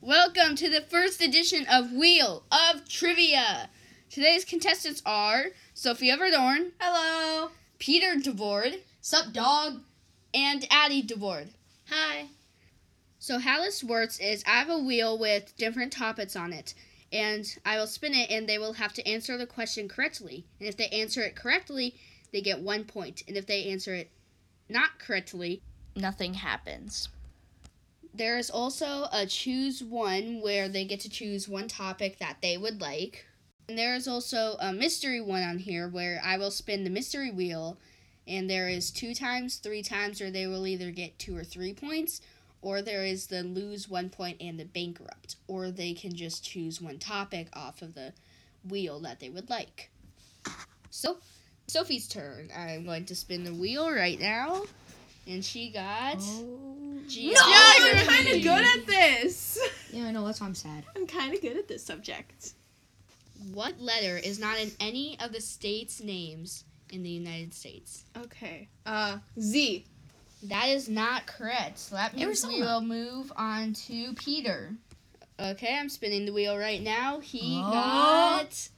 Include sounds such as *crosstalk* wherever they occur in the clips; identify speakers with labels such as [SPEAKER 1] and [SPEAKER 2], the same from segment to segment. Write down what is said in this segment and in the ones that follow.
[SPEAKER 1] Welcome to the first edition of Wheel of Trivia. Today's contestants are Sophia Verdorn,
[SPEAKER 2] Hello.
[SPEAKER 1] Peter DeVord,
[SPEAKER 2] Sup, dog?
[SPEAKER 1] and Addie DeVord.
[SPEAKER 2] Hi.
[SPEAKER 1] So how this works is I have a wheel with different topics on it, and I will spin it, and they will have to answer the question correctly. And if they answer it correctly, they get one point. And if they answer it not correctly,
[SPEAKER 2] Nothing happens.
[SPEAKER 1] There is also a choose one where they get to choose one topic that they would like. And there is also a mystery one on here where I will spin the mystery wheel and there is two times, three times, or they will either get two or three points, or there is the lose one point and the bankrupt, or they can just choose one topic off of the wheel that they would like. So, Sophie's turn. I'm going to spin the wheel right now, and she got. Geo-
[SPEAKER 3] Yeah, you're
[SPEAKER 1] Geography.
[SPEAKER 3] kind of good at this.
[SPEAKER 2] *laughs* Yeah, I know. That's why I'm sad.
[SPEAKER 3] I'm kind of good at this subject.
[SPEAKER 1] What letter is not in any of the states' names in the United States?
[SPEAKER 3] Okay. Uh, Z.
[SPEAKER 1] That is not correct. So that means we
[SPEAKER 2] Arizona.
[SPEAKER 1] will move on to Peter. Okay, I'm spinning the wheel right now. He
[SPEAKER 2] Oh.
[SPEAKER 1] got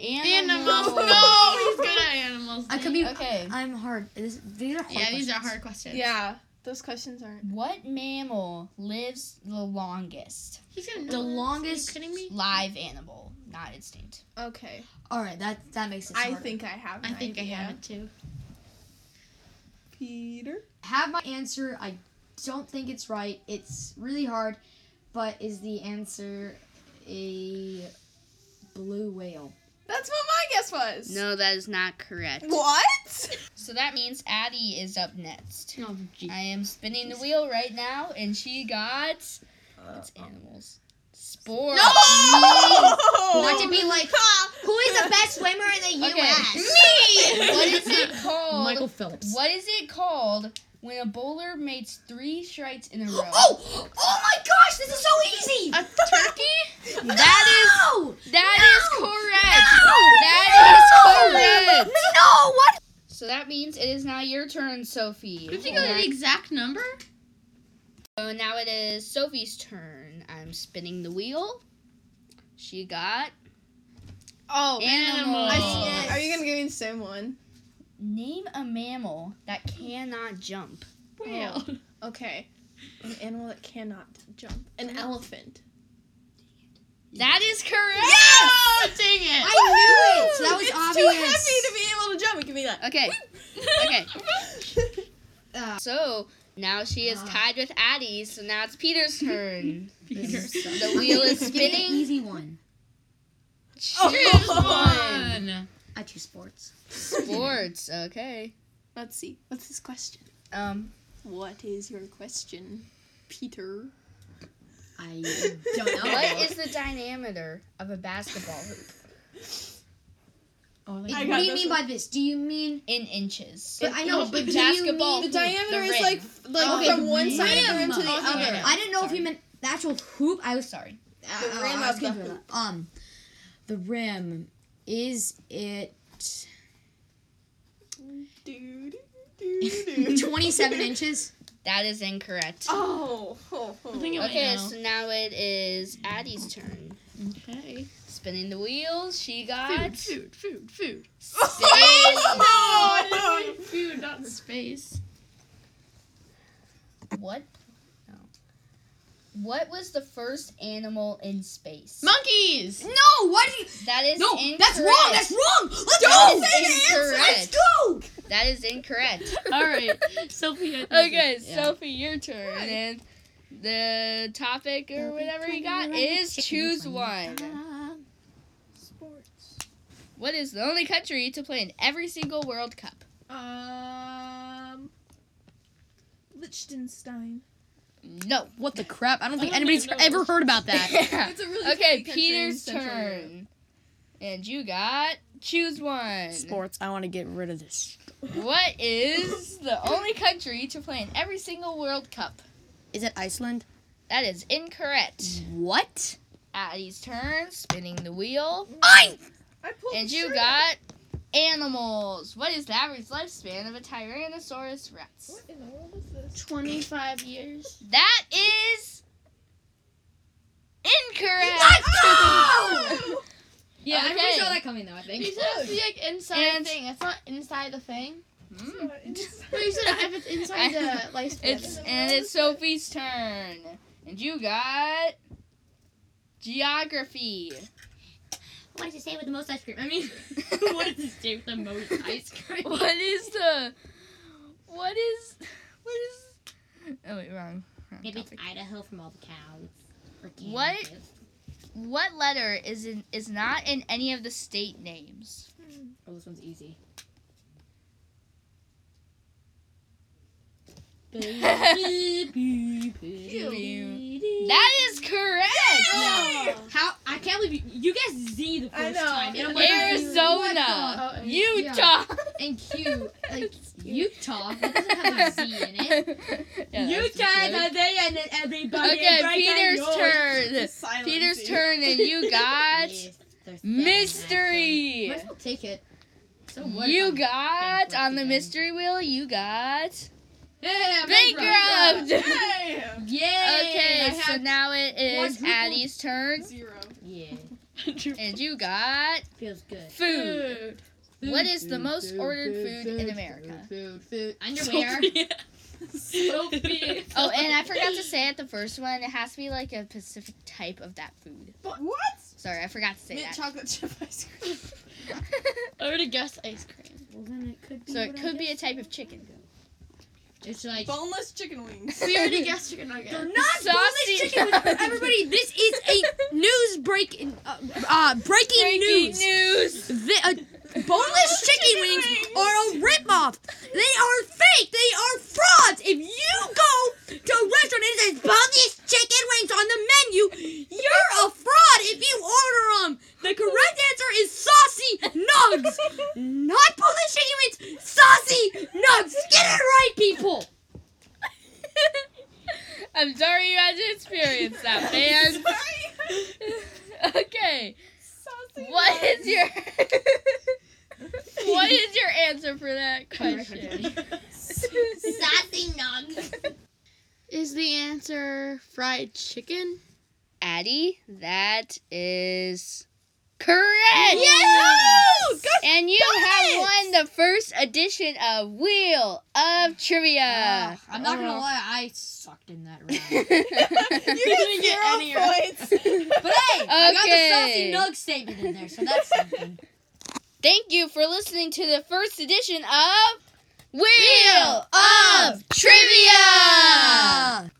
[SPEAKER 1] animal.
[SPEAKER 4] Animals. *laughs* No, he's good at animals.
[SPEAKER 2] I could be.
[SPEAKER 1] Okay.
[SPEAKER 2] I'm hard. This, these are hard.
[SPEAKER 4] Yeah, these are
[SPEAKER 2] questions.
[SPEAKER 4] hard questions.
[SPEAKER 3] Yeah, those questions aren't.
[SPEAKER 1] What mammal lives the longest?
[SPEAKER 4] He's gonna know
[SPEAKER 2] The
[SPEAKER 4] this. Are you
[SPEAKER 2] longest
[SPEAKER 4] kidding me?
[SPEAKER 1] Live animal, not instinct.
[SPEAKER 3] Okay.
[SPEAKER 2] All right, that that makes it.
[SPEAKER 3] I
[SPEAKER 2] harder.
[SPEAKER 3] think I have.
[SPEAKER 4] I
[SPEAKER 3] an
[SPEAKER 4] think I
[SPEAKER 3] idea.
[SPEAKER 4] have it too.
[SPEAKER 3] Peter.
[SPEAKER 2] have my answer. I don't think it's right. It's really hard. But is the answer a blue whale?
[SPEAKER 3] That's what my guess was.
[SPEAKER 1] No, that is not correct.
[SPEAKER 3] What?
[SPEAKER 1] So that means Addie is up next.
[SPEAKER 4] No, gee.
[SPEAKER 1] I am spinning the wheel right now, and she got. It's animals. Spores.
[SPEAKER 3] No. *laughs*
[SPEAKER 2] *laughs* Not to be like, who is the best swimmer in the
[SPEAKER 1] Okay.
[SPEAKER 3] *laughs*
[SPEAKER 2] U.S.?
[SPEAKER 1] What
[SPEAKER 4] *laughs*
[SPEAKER 1] is it called?
[SPEAKER 2] Phillips.
[SPEAKER 1] What is it called when a bowler makes three strikes in a row?
[SPEAKER 2] Oh! Oh my gosh! This is so easy.
[SPEAKER 1] A turkey? That
[SPEAKER 2] no!
[SPEAKER 1] is that is
[SPEAKER 2] No!
[SPEAKER 1] correct.
[SPEAKER 2] No!
[SPEAKER 1] That is correct.
[SPEAKER 2] No! What?
[SPEAKER 1] So that means it is now your turn, Sophie.
[SPEAKER 4] Did you go to the exact number?
[SPEAKER 1] So now it is Sophie's turn. I'm spinning the wheel. She got
[SPEAKER 3] Oh.
[SPEAKER 1] animals.
[SPEAKER 3] I-
[SPEAKER 2] Yes.
[SPEAKER 3] Are you gonna give me the same one?
[SPEAKER 1] Name a mammal that cannot jump.
[SPEAKER 4] Well,
[SPEAKER 3] Okay. An animal that cannot jump. An elephant.
[SPEAKER 1] That is correct.
[SPEAKER 4] oh, dang it.
[SPEAKER 2] I knew it. So that was
[SPEAKER 3] it's
[SPEAKER 2] obvious.
[SPEAKER 3] too heavy to be able to jump. It can be like.
[SPEAKER 2] *laughs*
[SPEAKER 1] Okay. Okay.
[SPEAKER 3] *laughs*
[SPEAKER 2] Uh,
[SPEAKER 1] So now she is
[SPEAKER 2] Ah.
[SPEAKER 1] tied with Addie. So now it's Peter's turn.
[SPEAKER 4] Peter.
[SPEAKER 1] The wheel is
[SPEAKER 2] Give me an
[SPEAKER 1] spinning.
[SPEAKER 2] easy one. *laughs*
[SPEAKER 1] Choose one.
[SPEAKER 4] One.
[SPEAKER 2] I choose sports.
[SPEAKER 1] Sports. Okay.
[SPEAKER 3] Let's see. What's this question?
[SPEAKER 1] Um.
[SPEAKER 3] What is your question, Peter?
[SPEAKER 2] I
[SPEAKER 3] *laughs*
[SPEAKER 2] don't know.
[SPEAKER 1] What is the diameter of a basketball hoop
[SPEAKER 2] Oh,
[SPEAKER 3] I
[SPEAKER 2] what
[SPEAKER 3] got
[SPEAKER 2] do you
[SPEAKER 3] this
[SPEAKER 2] mean
[SPEAKER 3] one.
[SPEAKER 2] by this? Do you mean?
[SPEAKER 1] in inches?
[SPEAKER 2] But I know. But do you
[SPEAKER 1] Basketball.
[SPEAKER 3] The
[SPEAKER 2] mean?
[SPEAKER 1] hoop,
[SPEAKER 3] diameter
[SPEAKER 1] the
[SPEAKER 3] is
[SPEAKER 1] rim.
[SPEAKER 3] like f- like
[SPEAKER 2] Okay,
[SPEAKER 3] from one side of the
[SPEAKER 2] rim.
[SPEAKER 3] rim to the
[SPEAKER 4] Okay,
[SPEAKER 3] other.
[SPEAKER 4] yeah.
[SPEAKER 2] I didn't know if you meant the actual hoop. I was.
[SPEAKER 1] Sorry.
[SPEAKER 2] Uh,
[SPEAKER 3] The rim
[SPEAKER 2] I was
[SPEAKER 3] of the
[SPEAKER 2] confused. Um, the rim is
[SPEAKER 3] *laughs*
[SPEAKER 2] it
[SPEAKER 3] Doo, doo, doo, doo.
[SPEAKER 2] twenty-seven inches?
[SPEAKER 1] That is incorrect.
[SPEAKER 3] *laughs* Oh, oh, oh.
[SPEAKER 4] I think it might
[SPEAKER 1] Okay,
[SPEAKER 4] know.
[SPEAKER 1] so now it is Addie's turn.
[SPEAKER 4] Okay.
[SPEAKER 1] Spinning the wheels, she
[SPEAKER 4] Food,
[SPEAKER 1] got
[SPEAKER 4] food, food, food.
[SPEAKER 1] space.
[SPEAKER 3] Oh, no.
[SPEAKER 4] Food, not space.
[SPEAKER 1] What? No. What was the first animal in space?
[SPEAKER 4] Monkeys.
[SPEAKER 2] No. What? Do you,
[SPEAKER 1] That is
[SPEAKER 2] no.
[SPEAKER 1] incorrect.
[SPEAKER 2] That's wrong. That's wrong.
[SPEAKER 1] That
[SPEAKER 2] Let's go.
[SPEAKER 1] is incorrect.
[SPEAKER 2] go.
[SPEAKER 1] That is incorrect.
[SPEAKER 4] All right. Sophie. I think
[SPEAKER 1] Okay,
[SPEAKER 4] it's- yeah.
[SPEAKER 1] Sophie, your turn. And the topic or whatever you got is choose one.
[SPEAKER 3] Sports.
[SPEAKER 1] What is the only country to play in every single World Cup?
[SPEAKER 3] Um, Liechtenstein.
[SPEAKER 1] No.
[SPEAKER 2] What the crap? I
[SPEAKER 4] *laughs*
[SPEAKER 2] don't think
[SPEAKER 4] I don't
[SPEAKER 2] anybody's
[SPEAKER 4] even know
[SPEAKER 2] ever
[SPEAKER 4] this.
[SPEAKER 2] heard about that.
[SPEAKER 3] It's a
[SPEAKER 1] *laughs*
[SPEAKER 3] really
[SPEAKER 1] Okay,
[SPEAKER 3] tiny country in
[SPEAKER 1] Peter's
[SPEAKER 3] Central Europe.
[SPEAKER 1] turn. And you got choose one.
[SPEAKER 5] Sports. I want to get rid of this.
[SPEAKER 1] What is the only country to play in every single World Cup?
[SPEAKER 5] Is it Iceland?
[SPEAKER 1] That is incorrect.
[SPEAKER 5] What?
[SPEAKER 1] Addie's turn, spinning the wheel.
[SPEAKER 5] I.
[SPEAKER 3] I
[SPEAKER 2] Oh,
[SPEAKER 3] pulled
[SPEAKER 1] And
[SPEAKER 3] the
[SPEAKER 1] you
[SPEAKER 3] shirt.
[SPEAKER 1] got animals. What is the average lifespan of a Tyrannosaurus rex?
[SPEAKER 3] What in the world is this?
[SPEAKER 4] 25 years.
[SPEAKER 1] That is correct. *laughs*
[SPEAKER 2] Oh!
[SPEAKER 4] Yeah,
[SPEAKER 6] I
[SPEAKER 4] okay.
[SPEAKER 6] really saw that coming though. I
[SPEAKER 4] You
[SPEAKER 6] think.
[SPEAKER 4] said it has to be like inside
[SPEAKER 1] And-
[SPEAKER 4] the thing. It's not inside the thing.
[SPEAKER 6] Mm.
[SPEAKER 1] *laughs*
[SPEAKER 4] No, you said it if it's inside the *laughs* lifespan.
[SPEAKER 1] It's and it's Sophie's turn, and you got
[SPEAKER 2] *laughs*
[SPEAKER 1] geography.
[SPEAKER 2] What does it say with the most ice cream? I mean, *laughs*
[SPEAKER 1] what, *laughs*
[SPEAKER 2] does it say with the most ice
[SPEAKER 3] *laughs*
[SPEAKER 2] cream?
[SPEAKER 1] what is the what is what is? Oh wait, wrong. wrong
[SPEAKER 2] Maybe it's
[SPEAKER 1] topic.
[SPEAKER 2] Idaho from all the cows. Or
[SPEAKER 1] What?
[SPEAKER 2] Kansas.
[SPEAKER 1] What letter is in is not in any of the state names?
[SPEAKER 6] Oh, this one's easy.
[SPEAKER 1] That is correct.
[SPEAKER 2] How? I can't believe you, you guessed Z the first
[SPEAKER 3] I know.
[SPEAKER 2] time. And I'm like,
[SPEAKER 1] Arizona,
[SPEAKER 3] Oh,
[SPEAKER 4] What the-
[SPEAKER 1] Utah.
[SPEAKER 6] And Q, like Utah, it doesn't have a Z in it.
[SPEAKER 1] Yeah, that's just good.
[SPEAKER 2] they and then everybody.
[SPEAKER 1] Okay, Peter's turn.
[SPEAKER 3] Silence
[SPEAKER 1] Peter's
[SPEAKER 3] you.
[SPEAKER 1] turn, and you got
[SPEAKER 2] Yes, there's that
[SPEAKER 1] mystery.
[SPEAKER 6] Might as well take it.
[SPEAKER 2] one. So what
[SPEAKER 1] You
[SPEAKER 2] if I'm-
[SPEAKER 1] got
[SPEAKER 2] bankrupt
[SPEAKER 1] on the
[SPEAKER 2] again?
[SPEAKER 1] mystery wheel. You got
[SPEAKER 6] Yeah,
[SPEAKER 1] bankrupt.
[SPEAKER 3] Hey!
[SPEAKER 2] Yeah.
[SPEAKER 1] Okay, so now it is
[SPEAKER 3] quadruple-
[SPEAKER 1] Addie's *laughs* turn,
[SPEAKER 3] Zero.
[SPEAKER 2] Yeah.
[SPEAKER 1] and you got
[SPEAKER 2] Feels good.
[SPEAKER 1] food. What is the most ordered food in America?
[SPEAKER 6] Food, food.
[SPEAKER 2] Underwear.
[SPEAKER 3] Sophie.
[SPEAKER 1] Oh, and I forgot to say at the first one, it has to be like a specific type of that food.
[SPEAKER 3] What?
[SPEAKER 1] Sorry, I forgot to say
[SPEAKER 3] Mint
[SPEAKER 1] that.
[SPEAKER 3] chocolate chip ice cream.
[SPEAKER 4] *laughs*
[SPEAKER 2] *laughs*
[SPEAKER 4] I would have guessed ice cream.
[SPEAKER 2] Well, then it could
[SPEAKER 1] *laughs*
[SPEAKER 2] be.
[SPEAKER 1] so it
[SPEAKER 2] what I
[SPEAKER 1] could be a
[SPEAKER 2] guessed.
[SPEAKER 1] type of chicken.
[SPEAKER 2] It's like.
[SPEAKER 3] Boneless chicken wings.
[SPEAKER 4] We
[SPEAKER 3] *laughs*
[SPEAKER 4] already guessed chicken nugget.
[SPEAKER 2] They're not
[SPEAKER 1] Saucy
[SPEAKER 2] boneless chicken wings.
[SPEAKER 1] nuggets.
[SPEAKER 2] Everybody, this is
[SPEAKER 1] *laughs*
[SPEAKER 2] a news break. Uh, uh, breaking, news.
[SPEAKER 1] news.
[SPEAKER 2] The, uh, *laughs* boneless chicken wings are a ripoff. They are fake. They are frauds. If you go to a restaurant and it says boneless chicken wings on the menu, you're a fraud if you order them. The correct answer is saucy nugs, not boneless chicken wings. Saucy nugs. Get it right, people.
[SPEAKER 1] I'm sorry you had to experience that, man. *laughs* okay. What is your *laughs* What is your answer for
[SPEAKER 2] *laughs*
[SPEAKER 1] that question?
[SPEAKER 4] *laughs*
[SPEAKER 2] Saucy nugs.
[SPEAKER 4] Is the answer fried chicken?
[SPEAKER 1] Addie, that is correct. And you have won the first edition of Wheel of Trivia.
[SPEAKER 6] I'm not
[SPEAKER 1] uh.
[SPEAKER 6] gonna lie.
[SPEAKER 2] I sucked in that round.
[SPEAKER 3] You didn't get any points.
[SPEAKER 2] But hey, I got
[SPEAKER 1] Okay.
[SPEAKER 2] the saucy nug statement in there, so that's something.
[SPEAKER 1] Thank you for listening to the first edition of Wheel of Trivia.